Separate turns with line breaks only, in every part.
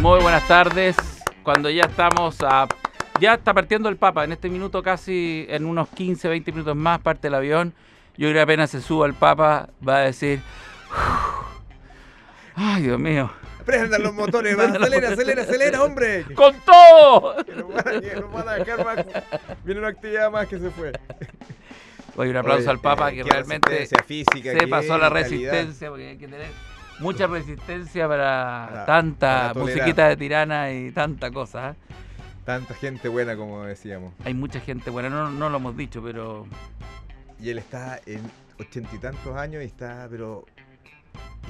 Muy buenas tardes. Cuando ya estamos a. Ya está partiendo el Papa. En este minuto, casi en unos 15, 20 minutos más, parte el avión. Yo creo que apenas se suba el Papa, va a decir. "Uf, Ay, Dios mío.
Prendan los motores, va,
Prendan los
acelera,
motores.
acelera, acelera, hombre. Que
¡Con todo!
nos van a- que nos van a dejar más. Viene una actividad más que se fue.
Oye, un aplauso
Oye,
al Papa
eh,
que
qué
realmente
resistencia física
se
que
pasó
es,
la
calidad.
resistencia, porque hay que tener mucha resistencia para,
Para-
tanta
para tolerar.
musiquita de tirana y tanta cosa. ¿eh?
Tanta gente buena, como decíamos.
Hay mucha gente, bueno, no, no lo hemos dicho, pero
Y él está en ochenta y tantos años y está, pero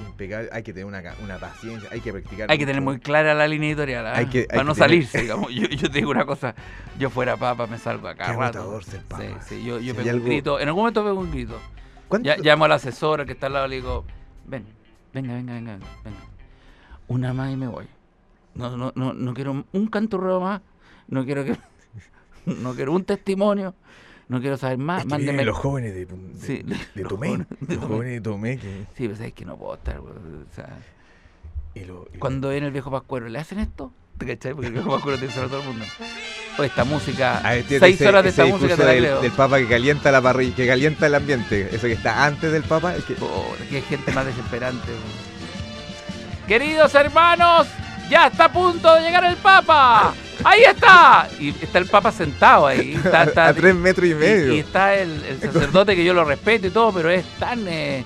impecable. Hay que tener una, ca- una paciencia, hay que practicar.
hay que tener
mucho.
muy clara la línea editorial, ¿ah?
Hay que- hay
para
que
no
tener-
salirse, digamos. Yo, yo te digo una cosa, yo fuera papa me salgo acá
Qué
rato.
agotador ser
Sí,
papa.
sí, yo, yo
Si
pego
hay
un
algo-
grito, en algún momento pego un grito.
¿Cuánto-
Ya, llamo al asesor que está al lado y le digo, ven, venga, venga, venga, venga. Una más y me voy. No, no, no, no quiero un canturreo más, no quiero que no quiero un testimonio, no quiero saber más,
Es que
mándeme.
vienen los jóvenes de, de,
Sí,
de
los
Tomé.
jóvenes de
los
Tomé.
jóvenes de Tomé. que-
Sí, pero es que no puedo estar. weón, o sea,
y lo- y-
cuando viene el viejo Pascuero, ¿le hacen esto? ¿Te cachai? Porque el viejo Pascuero tiene que saber a todo el mundo. O esta música,
Ah, este-
seis
ese-
horas de
ese
esta música te
discurso
la
del,
creo.
del Papa que calienta la parrilla, que calienta el ambiente. Eso que está antes del Papa. el que-
Pobre, qué gente más desesperante. Queridos hermanos, ya está a punto de llegar el Papa. Ahí está. Y está el Papa sentado ahí. Está, está-
a tres metros y medio.
y- y está el, el sacerdote que yo lo respeto y todo, pero es tan, eh,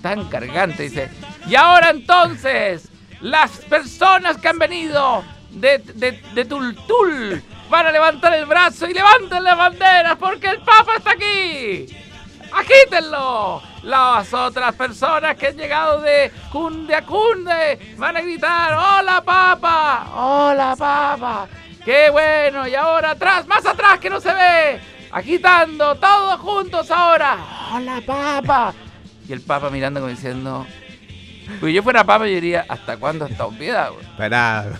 tan cargante. Dice, y ahora entonces, las personas que han venido de, de, de Tultul van a levantar el brazo y levanten las banderas porque el Papa está aquí. ¡Agítenlo! Las otras personas que han llegado de Cunde a Cunde van a gritar ¡Hola, papa! ¡Hola, papa! ¡Qué bueno! Y ahora atrás, más atrás que no se ve. Agitando, todos juntos ahora. ¡Hola, papa! Y el papa mirando como diciendo... Si yo fuera papa yo diría, ¿hasta cuándo esta obviedad? güey?"
Pará.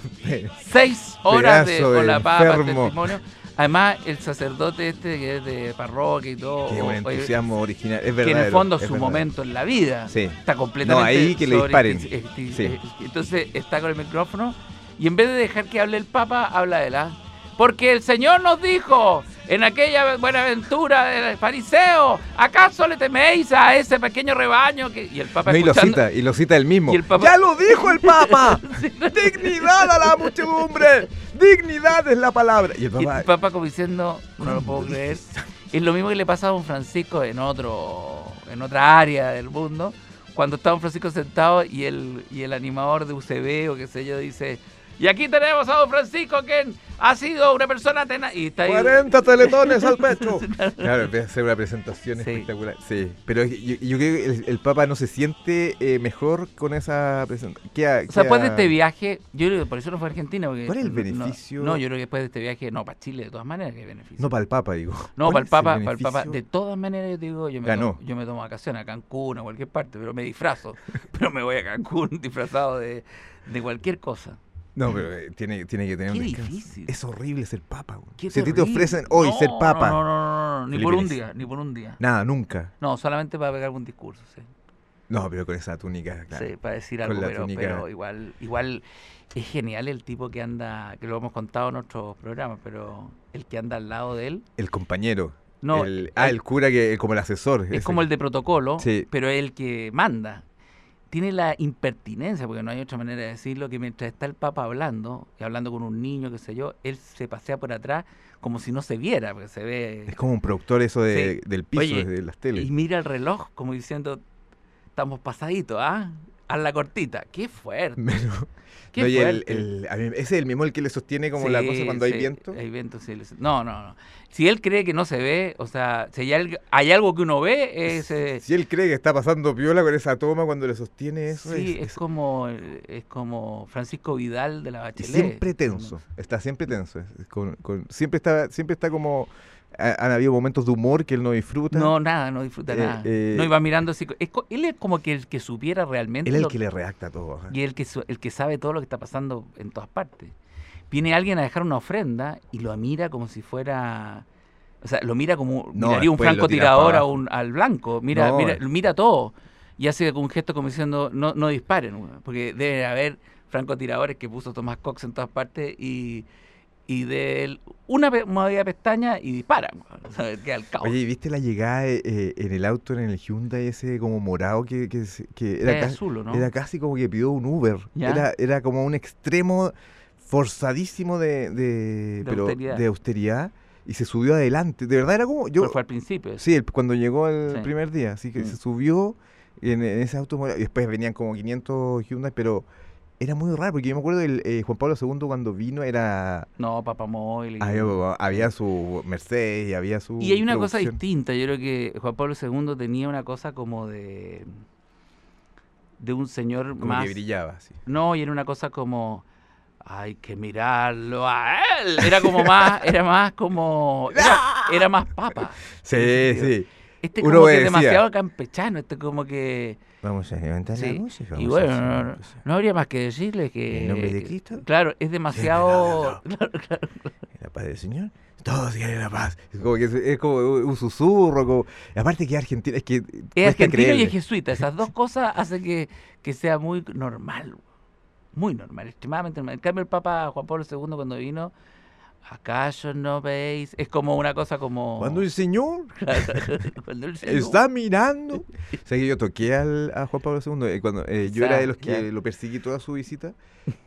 Seis horas de
Pedazo de
hola, papa,
enfermo.
testimonio. Además, el sacerdote este que es de parroquia y todo...
Qué buen
Oh, oye,
entusiasmo original. Es
que
verdad.
en el fondo su momento en la vida
Sí.
está completamente
No, ahí que le
sobre-
disparen.
eh, eh,
Sí.
eh, entonces está con el micrófono y en vez de dejar que hable el Papa habla él ¿ah? porque el Señor nos dijo en aquella buena aventura del fariseo acaso le teméis a ese pequeño rebaño que y el Papa
y lo
escuchando-
cita, y lo cita el mismo.
Y el Papa-
¡Ya lo dijo el Papa!
Sí.
¡Dignidad a la muchedumbre! ¡Dignidad es la palabra! Y el
Y
Papa.
el Papa como diciendo, no lo puedo creer. Es lo mismo que le pasa a Don Francisco en otro, en otra área del mundo. Cuando está Don Francisco sentado y el, y el animador de UCB o qué sé yo dice, y aquí tenemos a Don Francisco que ha sido una persona tenaz. Y está ahí.
40 teletones al pecho. Claro, empieza a hacer una presentación
Sí.
espectacular. Sí, pero yo, yo creo que el, el Papa no se siente eh, mejor con esa presentación.
O sea, después de este viaje, yo creo que por eso no fue a Argentina. Porque
¿Cuál es el
no-
beneficio?
No, yo creo que después de este viaje, no, para Chile de todas maneras que hay beneficio.
No para el Papa, digo.
No,
¿Cuál
para el
es
Papa, para el Papa. De
beneficio?
todas maneras, yo te digo, yo me,
Ganó.
Tomo, yo me tomo vacaciones a Cancún, a cualquier parte, pero me disfrazo. pero me voy a Cancún disfrazado de, de cualquier cosa.
No, pero eh, tiene, tiene que tener
Qué
un descanso.
difícil.
Es horrible ser Papa. güey.
Qué
si a ti te
terrible.
ofrecen hoy
No,
ser Papa,
No, no, no, no, no, ni
Felipe
por un
Ness.
día, ni por un día.
nada, nunca.
No, solamente para pegar algún discurso, sí.
No, pero con esa túnica, claro.
Sí, para decir
Con
algo,
la
pero,
túnica.
pero igual, igual es genial el tipo que anda, que lo hemos contado en otros programas, pero el que anda al lado de él.
El compañero.
No,
el, ah,
el-
el cura que como el asesor.
Es como el de protocolo,
Sí.
pero es el que manda. Tiene la impertinencia, porque no hay otra manera de decirlo, que mientras está el Papa hablando, y hablando con un niño, qué sé yo, él se pasea por atrás como si no se viera, porque se
Es
ve...
como un productor eso de, del piso,
Oye,
de las
Y
teles.
mira el reloj como diciendo, estamos pasaditos, ¿ah? Haz la cortita. ¡Qué fuerte!
Pero-
¡Qué
No, y el,
fuerte!
el- a mí- ese es el mismo el que le sostiene como la cosa
Sí,
cuando hay
sí,
viento.
Hay viento, sí. les- No, no, no. Si él cree que no se ve, o sea, si hay, algo- hay algo que uno ve, es... eh,
Si él cree que está pasando piola con esa toma cuando le sostiene eso,
sí,
es-
es,
es-
como es como Francisco Vidal de la
y
Bachelet.
siempre tenso. Está siempre tenso. es- es con- con- siempre está siempre está como... ha- han habido momentos de humor que él no disfruta.
No, nada, no disfruta
Eh,
nada.
eh,
no iba mirando así. co- es co- él es como que el que supiera realmente.
él es el
lo-
que le redacta todo. ajá.
Y el que, su- el que sabe todo lo que está pasando en todas partes. Viene alguien a dejar una ofrenda y lo mira como si fuera O sea, lo mira como
No,
miraría un
después lo
francotirador
tira
a
pa'
un, al blanco. Mira,
No, eh.
mira,
es-
mira todo. Y hace con un gesto como diciendo, no, no disparen, weón", porque deben haber francotiradores que puso Tomás Cox en todas partes y, y de él una pe- movida de pestaña y disparan. weón. O sea, queda al cabo.
Oye, ¿y ¿viste la llegada eh, eh, en el auto, en el Hyundai ese como morado que, que, se- que era,
Es
casi,
azul, ¿o ¿no?
era casi como que pidió un Uber?
Ya.
Era, era como un extremo forzadísimo de, de-
De
pero,
austeridad.
de austeridad y se subió adelante. De verdad era como... Yo,
Pero fue al principio.
Sí, el- cuando llegó el
Sí.
primer día, así que
Mm.
se subió en, en ese auto morado, y después venían como 500 Hyundai, pero era muy raro, porque yo me acuerdo del eh, Juan Pablo II cuando vino era...
No, Papamóvil. y-
Había, había su Mercedes y había su...
Y hay una cosa
producción.
distinta, yo creo que Juan Pablo II tenía una cosa como de de un señor
Como
más
que brillaba, sí.
no, y era una cosa como hay que mirarlo a él. Era como más, era más como era, era más papa.
Sí,
ese sentido.
sí.
Este
Uno
como que
decía-
demasiado campechano, este como que
Vamos a levantar
Sí,
la música.
y
vamos a
bueno,
hacer
no,
una
no,
cosa.
no habría más que decirle que
¿En nombre de Cristo?
Claro, es demasiado
no, La paz del Señor. Todos quieren la paz. Es como, que, es- es como un susurro. Como... Aparte que Argentina es que...
Es
cuesta
argentino y
creerle.
es jesuita. Esas dos cosas hacen que, que sea muy normal. Muy normal, extremadamente normal. En cambio, el Papa Juan Pablo II cuando vino, ¿acaso no veis? Es como una cosa como...
Cuando el Señor
cuando el Señor-
está mirando. o sea que yo toqué al, a Juan Pablo II. eh, cuando, eh, yo era de los que
Ya.
lo perseguí toda su visita.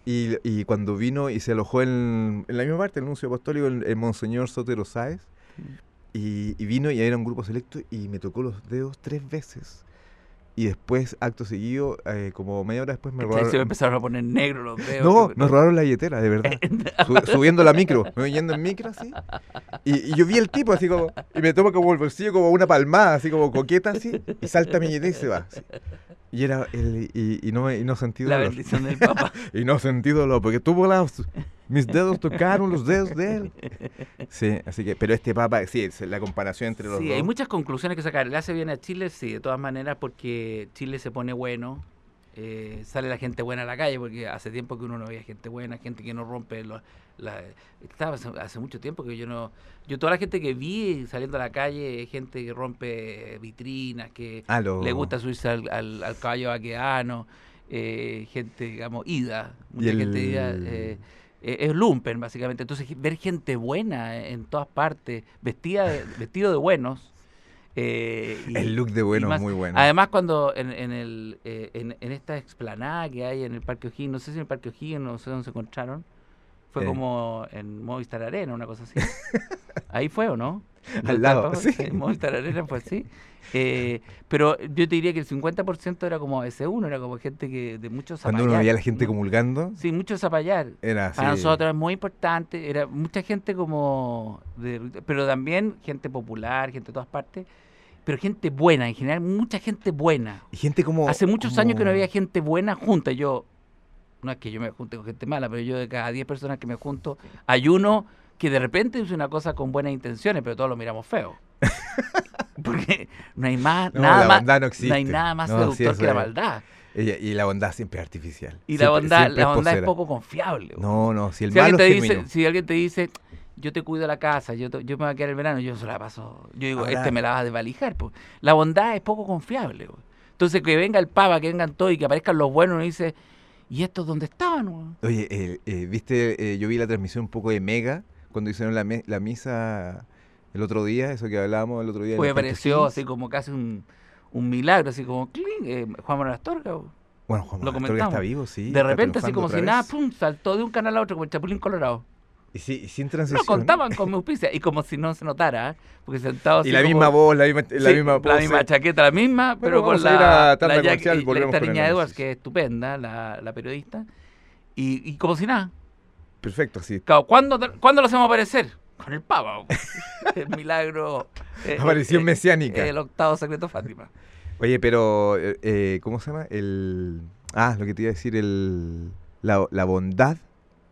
Y, y cuando vino y se alojó en, en la misma parte, el nuncio apostólico, el, el Monseñor Sotero Sáez. Y, y vino y era un grupo selecto y me tocó los dedos tres veces. Y después, acto seguido, eh, como media hora después me
Ahí Se me
robaron.
empezaron a poner negro los dedos.
No,
que-
me robaron la billetera, de verdad. Su- subiendo la micro, me voy yendo en micro así. Y, y yo vi el tipo así como, y me toma como el bolsillo como una palmada, así como coqueta así, y salta mi billetera y se va. así. Y era el, y, y no, me- y no sentí
La
dolor.
bendición del Papa.
Y no sentí dolor, porque tuvo las, mis dedos tocaron los dedos de él. Sí, así que, pero este papa, sí, es la comparación entre los
Sí,
dos.
hay muchas conclusiones que sacar. Le hace bien a Chile, sí, de todas maneras, porque Chile se pone bueno. eh, sale la gente buena a la calle, porque hace tiempo que uno no veía gente buena, gente que no rompe los- la- estaba hace, hace mucho tiempo que yo no... Yo toda la gente que vi saliendo a la calle, es gente que rompe vitrinas, que
Ah, lo-
le gusta subirse al, al- al caballo vaqueano, eh, gente, digamos, ida. Mucha gente ida...
el-
eh, eh, es lumpen, básicamente. Entonces, ge- ver gente buena en todas partes, vestida de- vestido de buenos. eh, y-
El look de bueno
más-
es muy bueno.
Además, cuando en, en el, eh, en, en esta explanada que hay en el Parque O'Higgins, no sé si en el Parque O'Higgins, no sé dónde se encontraron, fue
Eh.
como en Movistar Arena, una cosa así. Ahí fue, ¿o no? ¿Dónde
Al
está el
lado,
Papa?
sí.
Movistar Arena fue así. Eh, pero yo te diría que el 50% era como ese uno, era como gente que de muchos
Cuando uno
zapallar,
veía a la gente
¿no?
comulgando,
Sí, muchos zapallar.
era así.
Para nosotros es muy importante, era mucha gente como, de- pero también gente popular, gente de todas partes, pero gente buena, en general mucha gente buena.
Y gente como...
Hace muchos años que no
como-
había gente buena junta, yo, no es que yo me junte con gente mala, pero yo de cada 10 personas que me junto, hay uno que de repente dice una cosa con buenas intenciones, pero todos lo miramos feo. Porque no hay más,
No,
nada
la
más,
bondad no
no
existe.
hay nada más
No, sí,
seductor
eso
que la
es.
maldad.
Ella- Y, la bondad siempre es artificial.
Y la
Siempre-
bondad,
siempre
la bondad es
posera.
poco confiable. weón.
No, no, si el
si
malo
alguien, te
es
dice,
genuino.
si alguien te dice, yo te cuido la casa, yo, te- yo me voy a quedar el verano, yo se la paso. Yo digo,
Ahora-
este me la vas a desvalijar. po. La bondad es poco confiable. po. Entonces, que venga el papa, que vengan todos y que aparezcan los buenos, uno dice, ¿y estos dónde estaban? weón?".
Oye, eh, eh, viste, eh, yo vi la transmisión un poco de Mega cuando hicieron la, me- la misa el otro día, eso que hablábamos el otro día. de
Pues
los
me pareció
catequismos.
así como casi un, un milagro, así como, ¡cling! eh, Juan Manuel Astorga. weón.
Bueno, Juan
lo
Manuel Astorga está
comentamos.
vivo, sí.
de
está
repente, así
triunfando
como
otra
si nada,
vez.
pum, saltó de un canal a otro como el Chapulín Colorado.
Y, sí, y sin
No
transición.
contaban con mi auspicia y como si no se notara, ¿eh? porque sentado así
Y la
como-
misma voz, la misma, la
Sí,
misma
la
pose.
misma chaqueta, la misma, pero,
Pero
con
vamos a
la,
ir a tarde
la jaque-
comercial,
y la-
volvemos
esta
con el
niña Edwards,
análisis.
que es estupenda, la, la periodista, y, y como si nada.
Perfecto, sí.
Claro, ¿cuándo, te- cuándo lo hacemos aparecer? Con el Papa. po. el milagro. eh,
Aparición
eh,
mesiánica.
El octavo secreto Fátima.
Oye, pero, eh, eh, ¿cómo se llama? El, ah, lo que te iba a decir, el, la, la bondad,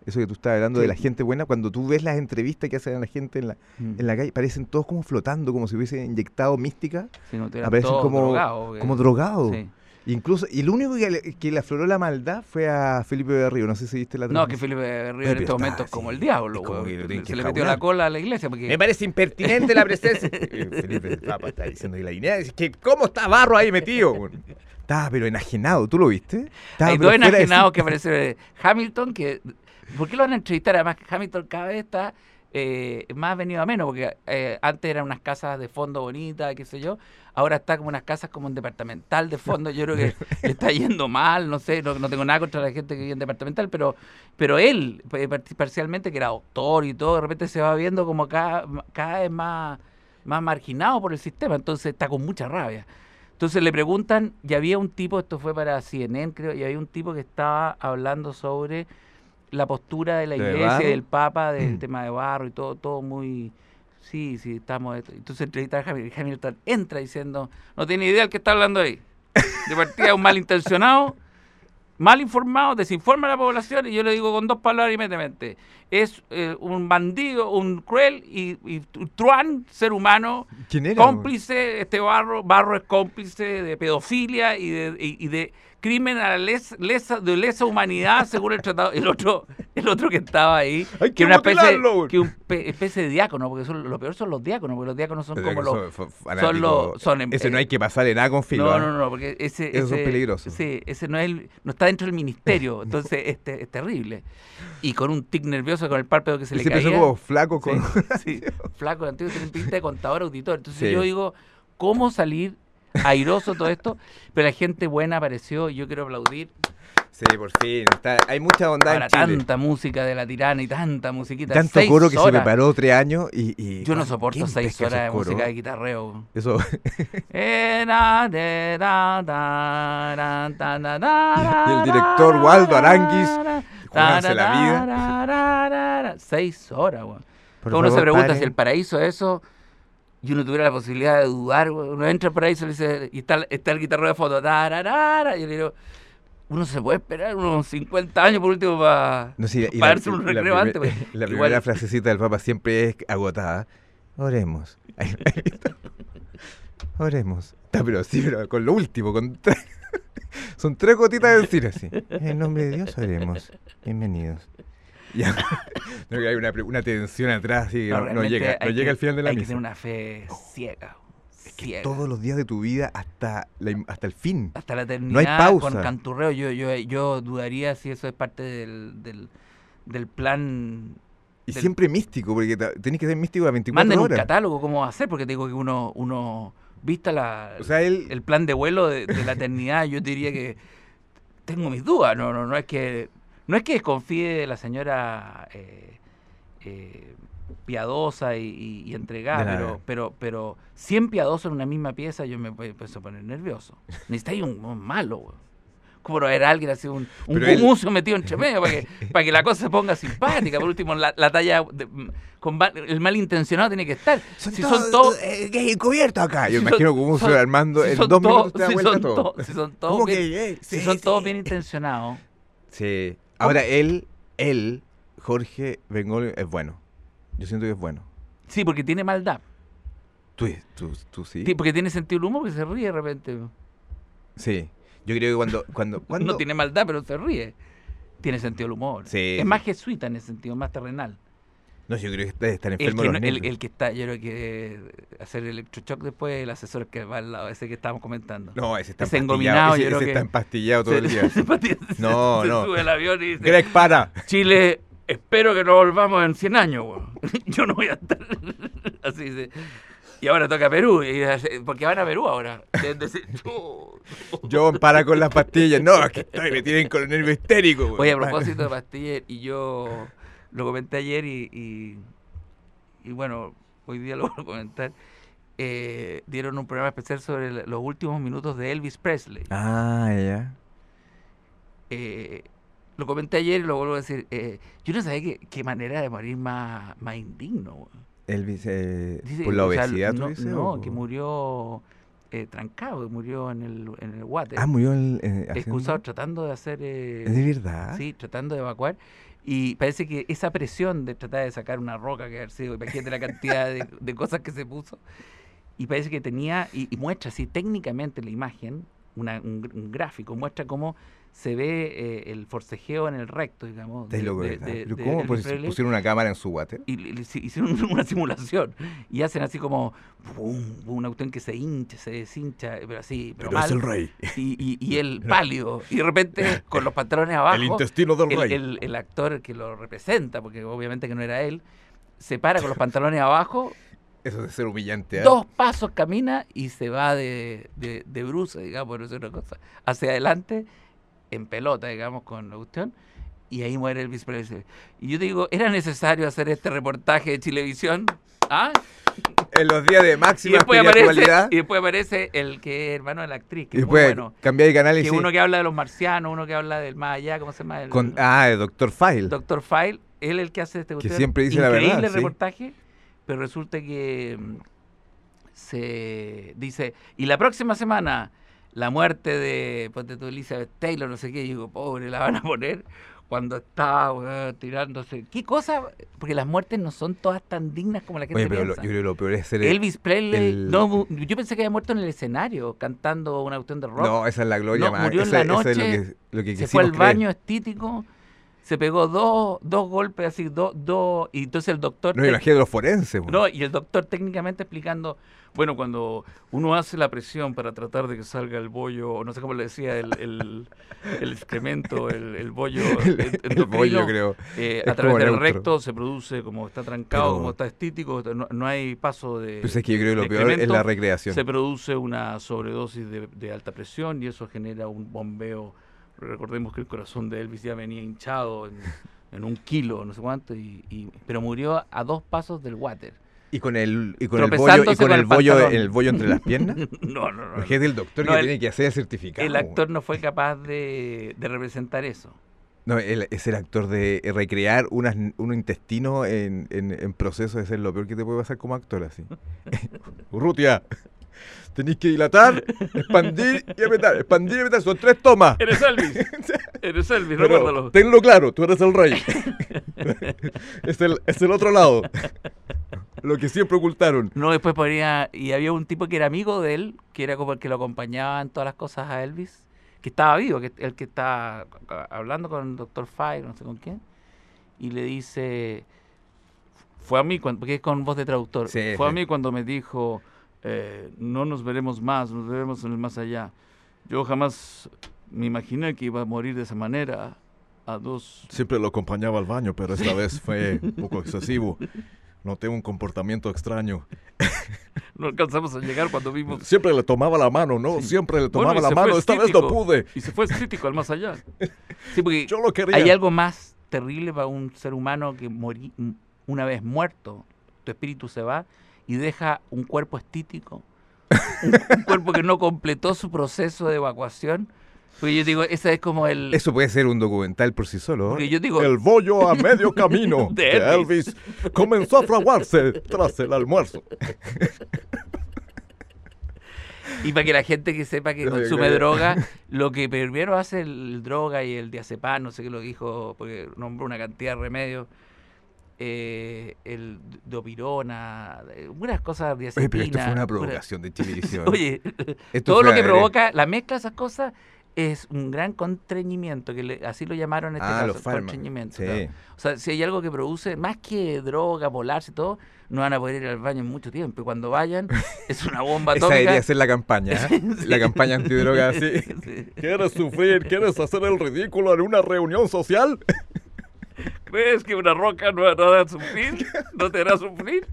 eso que tú estabas hablando de
Sí.
la gente buena, cuando tú ves las entrevistas que hacen a la gente en la, en la calle, parecen todos como flotando, como si hubiesen inyectado mística,
Sí, no, estuvieran
aparecen
todos
como-
drogados, eh.
como drogados.
Sí.
Incluso, y lo único que le, que le afloró la maldad fue a Felipe Berrío. No sé si viste la
No, que Felipe Río en
Pepe
estos
está
momentos es como
así.
el diablo,
Es como
weón.
que lo tienen que
Se le metió
enjaular.
la cola a la iglesia porque...
Me parece impertinente la presencia. Eh, Felipe, papá, está diciendo ahí la guinea. Es que, ¿Cómo está Barro ahí metido? Bueno, Estaba pero enajenado, ¿tú lo viste? Estaba,
Hay
pero
dos
fuera de
enajenados
sí.
que aparecen. Hamilton, que. ¿Por qué lo van a entrevistar? Además, que Hamilton cada vez está eh, más venido a menos, porque eh, antes eran unas casas de fondo bonitas, qué sé yo. Ahora está como unas casas como un departamental de fondo. Yo creo que le está yendo mal, no sé, no, no tengo nada contra la gente que vive en departamental, pero pero él, eh, par- parcialmente, que era doctor y todo, de repente se va viendo como cada, cada vez más, más marginado por el sistema. Entonces está con mucha rabia. Entonces le preguntan, y había un tipo, esto fue para CNN creo, y había un tipo que estaba hablando sobre la postura de la
¿De
iglesia,
Barro?
del papa, del
Mm.
tema de barro y todo, todo muy... Sí, sí, estamos... esto". Entonces entrevista a Hamil- Hamilton, entra diciendo, no tiene idea el que está hablando ahí. De partida es un malintencionado, mal informado, desinforma a la población, y yo le digo con dos palabras inmediatamente, es eh, un bandido, un cruel y, y truán ser humano
¿Quién era?
cómplice, este barro, barro es cómplice de pedofilia y de, y, y de crimen a la les- lesa, de lesa humanidad según el tratado. El otro, el otro que estaba ahí,
Hay
que
que
una especie,
mutilarlo, güey.
que un pe- especie de diácono, porque son, lo peor son los diáconos, porque los diáconos son
Pero
como
que
los.
son- son fanáticos.
los- son em-
Ese no hay que pasarle nada con filo.
No,
¿ah?
no, no, porque ese,
Esos son
ese-
peligrosos.
Sí, ese no es el- no está dentro del ministerio, entonces este, es terrible. Y con un tic nervioso con el párpado que se
Ese
le
empezó
caía.
como flaco
Sí,
con.
sí, flaco, antiguo, tienen pinta de contador auditor. Entonces
Sí.
yo digo, ¿cómo salir airoso todo esto? Pero la gente buena apareció y yo quiero aplaudir.
Sí, por fin. está- hay mucha onda
Ahora,
en Chile.
tanta música de la tirana y tanta musiquita.
Tanto
seis
coro que se
horas.
preparó tres años y. y-
Yo no
¿quién
soporto seis
pesca esos
horas de
coros?
música de guitarreo.
Eso,
Eh, na, de, da, da, ra, ta, na, da, ra,
Y el director
ra,
Waldo
ra,
Aranguis,
ra,
jugándose
ta,
la
ra,
vida.
ra, ra, ra, ra. Seis horas, weón.
Por
Todo uno se
favor,
pregunta
paren.
si el paraíso es eso y uno tuviera la posibilidad de dudar. güey. Uno entra al paraíso y le dice, y está, está el guitarrero de fondo, tararara, y yo le digo, uno se puede esperar unos 50 años por último para.
No, sí, y
Para darse un recreo
primer-
antes, pues.
la
Igual-
primera frasecita del Papa siempre es agotada. Oremos. Ahí- ahí está. Oremos. Está, pero sí, pero con lo último, con tres. Son tres gotitas de decir así. En el nombre de Dios oremos. Bienvenidos. Ya. No, que hay una, pre- una tensión atrás y no, no llega. No llega al final de la
Hay que
misa.
tener una fe ciega. ciega.
Todos los días de tu vida hasta, la im- hasta el fin.
hasta la eternidad
pausa.
con canturreo. Yo, yo, yo dudaría si eso es parte del, del, del plan.
Y
Del-
siempre místico, porque ta- tenés que ser místico a 24
Manden un
horas.
catálogo, ¿cómo va a ser? Porque te digo que uno, uno vista la,
O sea, él
el plan de vuelo de, de la eternidad, yo diría que tengo mis dudas. No, no, no es que no es que desconfíe de la señora eh, eh, piadosa y, y- y entregada,
De la-
pero, pero, pero 100 piadosos en una misma pieza, yo me pu- empiezo a poner nervioso. Necesitáis un, un malo, weón. Como no era alguien así, un, un
Pero él-
gumucio metido entre medio para que, para que la cosa se ponga simpática. Por último, la, la talla, de- con va- el malintencionado tiene que estar. si son todos
eh, gay encubierto acá. Yo
Si
imagino
son-
cómo se
son-
va armando
si
en
son
dos
todos-
minutos te da
si
vuelta
son
todo.
todos- si son todos
¿Cómo
bien- eh,
que gay?
si
Sí,
son todos
sí.
bien intencionados,
Sí. Ahora él, él, Jorge Bengol es bueno. Yo siento que es bueno.
sí, porque tiene maldad,
Tú, tú, tú sí.
ti- porque tiene sentido del humor, porque se ríe de repente.
Sí. Yo creo que cuando cuando cuando
No tiene maldad, pero se ríe. Tiene sentido del humor.
Sí,
Es
sí.
más jesuita en ese sentido, más terrenal.
No, yo creo que debe estar
El
enfermo
que,
los
no- el-
nervios.
el que está, yo creo que eh, hacer electrochoc después, el asesor que va al lado, ese que estábamos comentando.
No, ese está
ese
empastillado.
engominado,
Ese,
yo creo
ese
que-
está empastillado todo el día.
Se, se-
No,
se
no.
sube al avión y dice,
Greg, para.
Chile, espero que no volvamos en 100 años, weón. Yo no voy a estar. Así dice. Y ahora toca Perú, y hace- porque van a Perú ahora. Es decir, oh.
John, para con las pastillas. No, es que estoy, me tienen con el nervio histérico. güey.
Oye, a propósito de pastillas, y yo lo comenté ayer y, y, y bueno, hoy día lo voy a comentar. Eh, dieron un programa especial sobre el- los últimos minutos de Elvis Presley.
Ah, ya.
eh, lo comenté ayer y lo vuelvo a decir. eh, yo no sabía qué, qué manera de morir más, más indigno. weón.
Elvis, eh,
Dice,
por la
o sea,
obesidad,
no,
tú dices.
no,
o-
que murió eh, trancado, que murió en el, en el water.
Ah, murió el. eh, haciendo-
excusado, tratando de hacer. eh,
¿Es de verdad?
Sí, tratando de evacuar. Y parece que esa presión de tratar de sacar una roca que haber sido, imagínate la cantidad de, de cosas que se puso. Y parece que tenía, y, y muestra así técnicamente la imagen, una- un, gr- un gráfico, muestra cómo se ve eh, el forcejeo en el recto, digamos.
Estás
de-
loco,
de-
¿verdad?
de-
Pero
de
¿Cómo
Elvis
pus-
Presley
pusieron una cámara en su guate?
y le- le- hicieron una simulación y hacen así como pum, pum, una cuestión que se hincha, se deshincha, pero así, pero, mal.
rey.
Y, y, y él pálido, y de repente con los pantalones
El
abajo,
intestino del
el,
rey.
el- el actor que lo representa, porque obviamente que no era él, se para con los pantalones abajo,
Eso debe ser humillante. ¿ah?
dos pasos camina y se va de, de, de bruces, digamos, por decir una cosa, hacia adelante, en pelota, digamos, con la cuestión, y ahí muere Elvis Presley. Y yo digo, ¿era necesario hacer este reportaje de Chilevisión? ¿Ah?
En los días de
Y
máxima
después, aparece,
espiritualidad.
y después aparece el que es hermano de la actriz, que
Y
es muy
después
bueno.
cambiar de canal y
Que
sí,
uno que habla de los marcianos, uno que habla del más allá, ¿cómo se llama? El,
con- ah, el Doctor File.
Doctor File, él el que hace este cuestión.
siempre dice la verdad,
Increíble
sí.
reportaje, pero resulta que mm, se dice, y la próxima semana, la muerte de ponte tú, Elizabeth Taylor, no sé qué, y digo, pobre, la van a poner cuando está weón, tirándose. ¿Qué cosa? Porque las muertes no son todas tan dignas como la gente
Oye, pero lo-
piensa.
yo creo que lo peor es ser el-
Elvis Presley,
el-
no, mu- yo pensé que había muerto en el escenario cantando una cuestión de rock.
No, esa es la gloria
No,
más.
murió en
esa-
la
esa es lo
noche,
que- lo que
se fue al
quisimos creer.
baño estítico, se pegó dos, dos golpes así, dos, dos, y entonces el doctor...
No,
tec-
imagínate los forenses. bueno.
no, y el doctor técnicamente explicando, bueno, cuando uno hace la presión para tratar de que salga el bollo, o no sé cómo le decía, el, el, el excremento, el, el bollo...
el, el
endocrino,
bollo, creo.
eh,
es
a través
como
del
neutro.
recto se produce como está trancado,
Pero-
como está estítico, no, no hay paso de...
Pues es que yo creo que
de
lo peor es
excremento,
la recreación.
Se produce una sobredosis de, de alta presión y eso genera un bombeo. Recordemos que el corazón de Elvis ya venía hinchado en, en un kilo, no sé cuánto, y, y- pero murió a dos pasos del water.
Y con el, y con el bollo,
tropezándose
y con
con
el
el
bollo,
pantalón.
el bollo entre las piernas.
No, no, no. no.
Imagínate el doctor
No,
que
el-
tiene que hacer el certificado.
El actor no fue capaz de, de representar eso.
No, él es el actor de recrear unas, un intestino en, en, en proceso de ser lo peor que te puede pasar como actor así. Urrutia, tenéis que dilatar, expandir y apretar. Expandir y apretar, son tres tomas.
Eres Elvis. Eres Elvis,
Pero
recuérdalo.
tenlo claro, tú eres el rey. es, el, es el otro lado. Lo que siempre ocultaron.
No, después ponía. Y había un tipo que era amigo de él, que era como el que lo acompañaba en todas las cosas a Elvis, que estaba vivo, que el que estaba a- hablando con el doctor Fire, no sé con quién, y le dice. Fue a mí, cuando, porque es con voz de traductor.
Sí,
fue a
sí.
mí cuando me dijo: eh, No nos veremos más, nos veremos en el más allá. Yo jamás me imaginé que iba a morir de esa manera a dos.
Siempre lo acompañaba al baño, pero esta vez fue un poco excesivo. Noté un comportamiento extraño.
No alcanzamos a llegar cuando vimos
Siempre le tomaba la mano, ¿no? Siempre le
Bueno, y se fue estítico.
pude.
Y se fue crítico al más allá. Sí, porque
lo quería.
hay algo más terrible para un ser humano que morir una vez muerto. Tu espíritu se va y deja un cuerpo estítico, un, un cuerpo que no completó su proceso de evacuación. Porque yo digo, esa es como el.
Eso puede ser un documental por sí solo.
porque
¿eh?
yo digo,
El bollo a medio camino
De
de Elvis. comenzó a fraguarse tras el almuerzo.
y para que la gente que sepa que
Yo
consume
creo.
droga, lo que primero hace el droga y el diazepam, no sé qué lo dijo, porque nombró una cantidad de remedios. eh, el dopirona, eh, unas cosas
Oye,
diazepina.
pero esto fue una
unas-
provocación de televisión.
Oye, todo lo que provoca, la mezcla de esas cosas es un gran constreñimiento, que le- así lo llamaron en este
ah,
caso,
los fármacos.
constreñimiento.
Sí.
claro. O sea, si hay algo que produce, más que droga, volarse y todo, no van a poder ir al baño en mucho tiempo. Y cuando vayan, es una bomba
Esa
atómica.
debería ser la campaña. ¿eh?
Sí.
La campaña antidroga, sí.
Sí.
¿Quieres sufrir? ¿Quieres hacer el ridículo en una reunión social?
¿Crees que una roca no hará sufrir? ¿No te hará sufrir?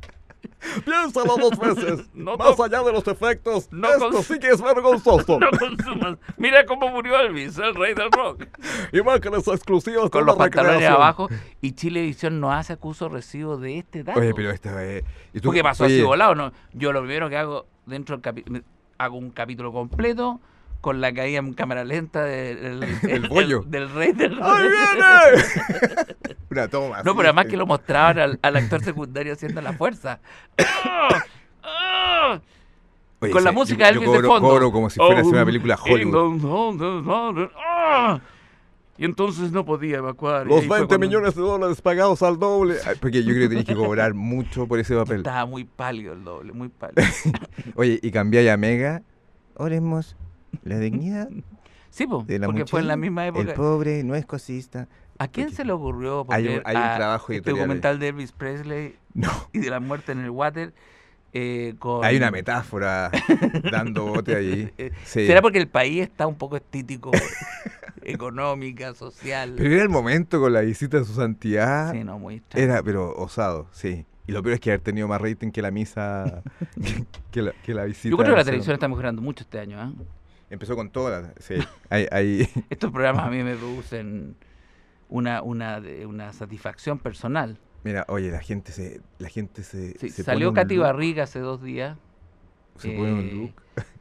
Piénsalo dos veces.
No
Más
to-
allá de los efectos,
no
esto
cons-
sí que es vergonzoso.
No consumas. Mira cómo murió Elvis, el rey del rock.
Imágenes exclusivas de
Con los
la
pantalones
recreación.
abajo. Y Chilevisión no hace acuso recibo de este dato.
Oye, pero esta vez. ¿y tú-
Porque pasó
oye,
así volado, ¿no? Yo lo primero que hago dentro del capítulo, hago un capítulo completo con la caída en cámara lenta del,
Del bollo.
del rey del
¡Ahí viene!
Una toma.
No,
así,
pero además
eh,
que lo mostraban al, al actor secundario haciendo la fuerza.
oye,
con la
sí,
música de
yo,
Elvis
yo
de
cobro,
fondo. Oh,
cobro como si fuera una película Hollywood.
ah. Y entonces no podía evacuar. y ahí
Los
fue
20
cuando
millones de dólares pagados al doble.
Ah, Porque yo creo que tenés que cobrar mucho por ese papel.
Estaba muy pálido el doble, muy pálido.
Oye, y cambiáis a Mega. Oremos La dignidad
Sí, po,
de la
porque fue en la
muchacha,
misma época.
El pobre no es cosista.
¿A quién
porque
se le ocurrió
hay
poner
un- hay un
a
trabajo
este
editorial ahí.
documental de Elvis Presley
No.
y de la muerte en el water eh, con...
Hay una metáfora dando bote allí.
Eh,
Sí.
¿Será porque el país está un poco estítico, económica, social?
Pero era el momento con la visita de su santidad.
Sí, no, muy extraño.
Era, pero osado, sí. Y lo peor es que haber tenido más rating que la misa, que, que la, que la visita.
Yo creo que
de
la
Salom-
televisión está mejorando mucho este año. ¿ah?
Empezó con todas. Sí. Hay, hay-
Estos programas a mí me producen una, una, de- una satisfacción personal.
Mira, oye, la gente se. La gente se,
Sí,
se
salió
pone un
Katy
look,
Barriga hace dos días,
Se pone
eh,
un look.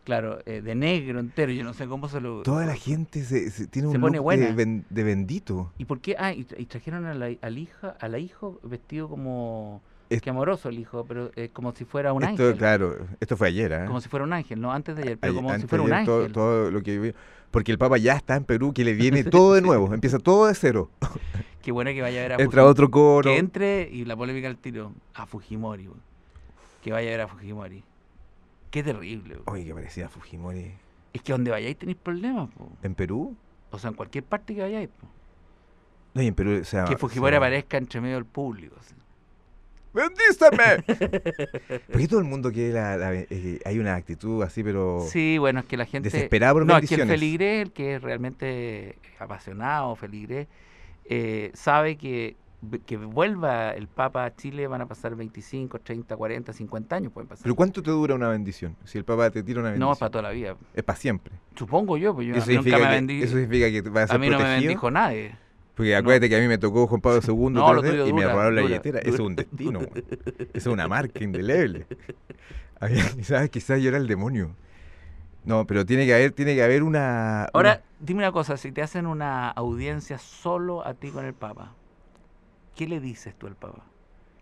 claro, eh, de negro entero. Yo no sé cómo se lo.
Toda la gente se, se- tiene
se
un
pone
look
buena.
de, ben- de bendito.
¿Y por qué? Ah, y, tra- y trajeron a la, al hija, a la hijo vestido como.
Es-
Qué amoroso el hijo, pero eh, como si fuera un
esto,
ángel.
claro, esto fue ayer, ¿eh?
Como si fuera un ángel, no antes de ayer, pero
Ayer-
como si
antes
fuera un
ayer,
ángel.
todo, todo lo que vivió. Porque el Papa ya está en Perú, que le viene todo de nuevo. Empieza todo de cero.
Qué bueno que vaya a ver a
Entra
Fujimori.
otro coro.
Que entre y la polémica al tiro. A Fujimori, weón. Que vaya a ver a Fujimori. Qué terrible, weón.
Oye, que parecía Fujimori.
Es que donde vayáis tenéis problemas, po.
¿En Perú?
O sea, en cualquier parte que vayáis, po.
No, y en Perú, o sea.
que Fujimori
se-
aparezca entre medio del público. así.
¡Bendíceme! Porque todo el mundo quiere la. la- eh, eh, hay una actitud así, pero.
Sí, bueno, es que la gente...
Desesperado por
No, es que el
bendiciones.
feligrés, el que es realmente apasionado, feligrés, eh, sabe que, que vuelva el Papa a Chile van a pasar 25, 30, 40, 50 años pueden pasar.
Pero ¿cuánto te dura una bendición? Si el Papa te tira una bendición.
No, es para toda la vida.
Es para siempre.
Supongo yo, pues yo
Eso
a mí nunca
significa,
me
que,
bendí.
eso significa que vas a ser
a mí no me
protegido.
bendijo nadie.
Porque acuérdate que a mí me tocó Juan Pablo II
No, lo
III,
tuyo
y me
dura,
robaron la
dura,
billetera. Eso es
dura.
un destino, güey. Eso es una marca indeleble. A mí, ¿Sabes? Quizás yo era el demonio. No, pero tiene que haber, tiene que haber una. una-
Ahora, dime una cosa, si te hacen una audiencia solo a ti con el Papa, ¿qué le dices tú al Papa?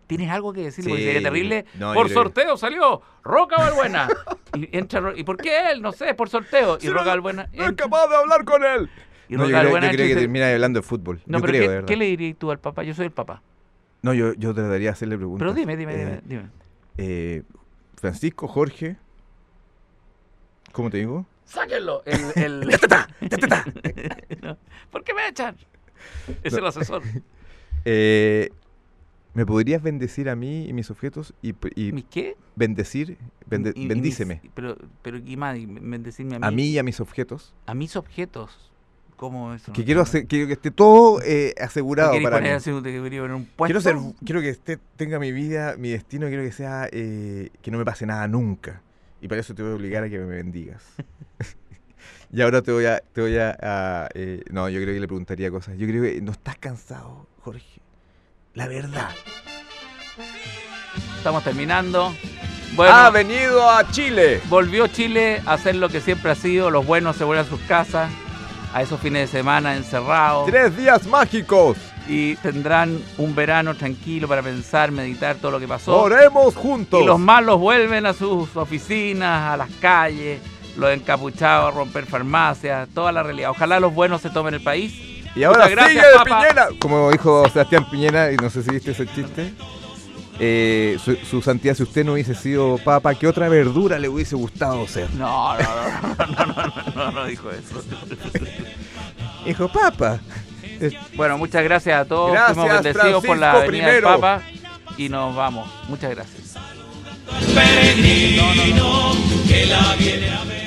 ¿Tienes algo que decirle? Porque
Sí,
sería terrible. por
no, yo creo que-
sorteo salió Roca Balbuena. y, entra, Ro- ¿Y por qué él? No sé, por sorteo. Y
Sí,
Roca Balbuena.
¡No es
entra,
capaz de hablar con él!
eh, y
No,
Roca
yo creo, yo
Balbuena
creo que
entra y dice,
termina hablando de fútbol.
No,
yo
pero
creo, de
¿qué,
verdad.
qué le dirías tú al Papa? Yo soy el Papa.
No, yo, yo trataría de hacerle preguntas.
Pero dime, dime,
Eh,
dime. dime.
eh, Francisco, Jorge. ¿Cómo te digo?
¡Sáquenlo! El, el- No, ¿Por qué me echan? Es
No.
el asesor.
Eh, ¿Me podrías bendecir a mí y mis objetos? Y, y
¿Mis qué?
bendecir, bende-
Y- y mis-
bendíceme.
pero, pero, ¿qué más? Y Bendecirme a mí.
a mí y a mis objetos.
a mis objetos. ¿Cómo eso?
Que
no
quiero,
entiendo?
hacer, quiero que esté todo eh,
¿No
asegurado
queréis
para mí.
poner así un- te quería poner un
Quiero,
puesto?
ser, quiero que esté, tenga mi vida, mi destino, quiero que sea eh, que no me pase nada nunca. Y para eso te voy a obligar a que me bendigas. y ahora te voy a... Te voy a, a, eh, no, yo creo que le preguntaría cosas. Yo creo que no estás cansado, Jorge. La verdad.
Estamos terminando. Bueno,
Ah,
Ha venido a Chile.
volvió Chile a hacer lo que siempre ha sido. Los buenos se vuelven a sus casas. A esos fines de semana encerrados.
Tres días mágicos.
Y tendrán un verano tranquilo para pensar, meditar todo lo que pasó.
Oremos juntos.
Y los malos vuelven a sus oficinas, a las calles, los encapuchados a romper farmacias, toda la realidad. Ojalá los buenos se tomen el país.
Y ahora
Muchas gracias,
sigue de
Papa.
Piñera. Como dijo Sebastián Piñera, y no sé si viste ese chiste. eh, su, su santidad, si usted no hubiese sido papa, ¿qué otra verdura le hubiese gustado ser?
No, no, no, no, no, no, no, no dijo eso.
Hijo papa.
Bueno, muchas gracias a todos.
Gracias,
Fuimos bendecidos por la
Francisco
venida del
primero.
Papa y nos vamos. Muchas gracias.
peregrino que la viene a ver.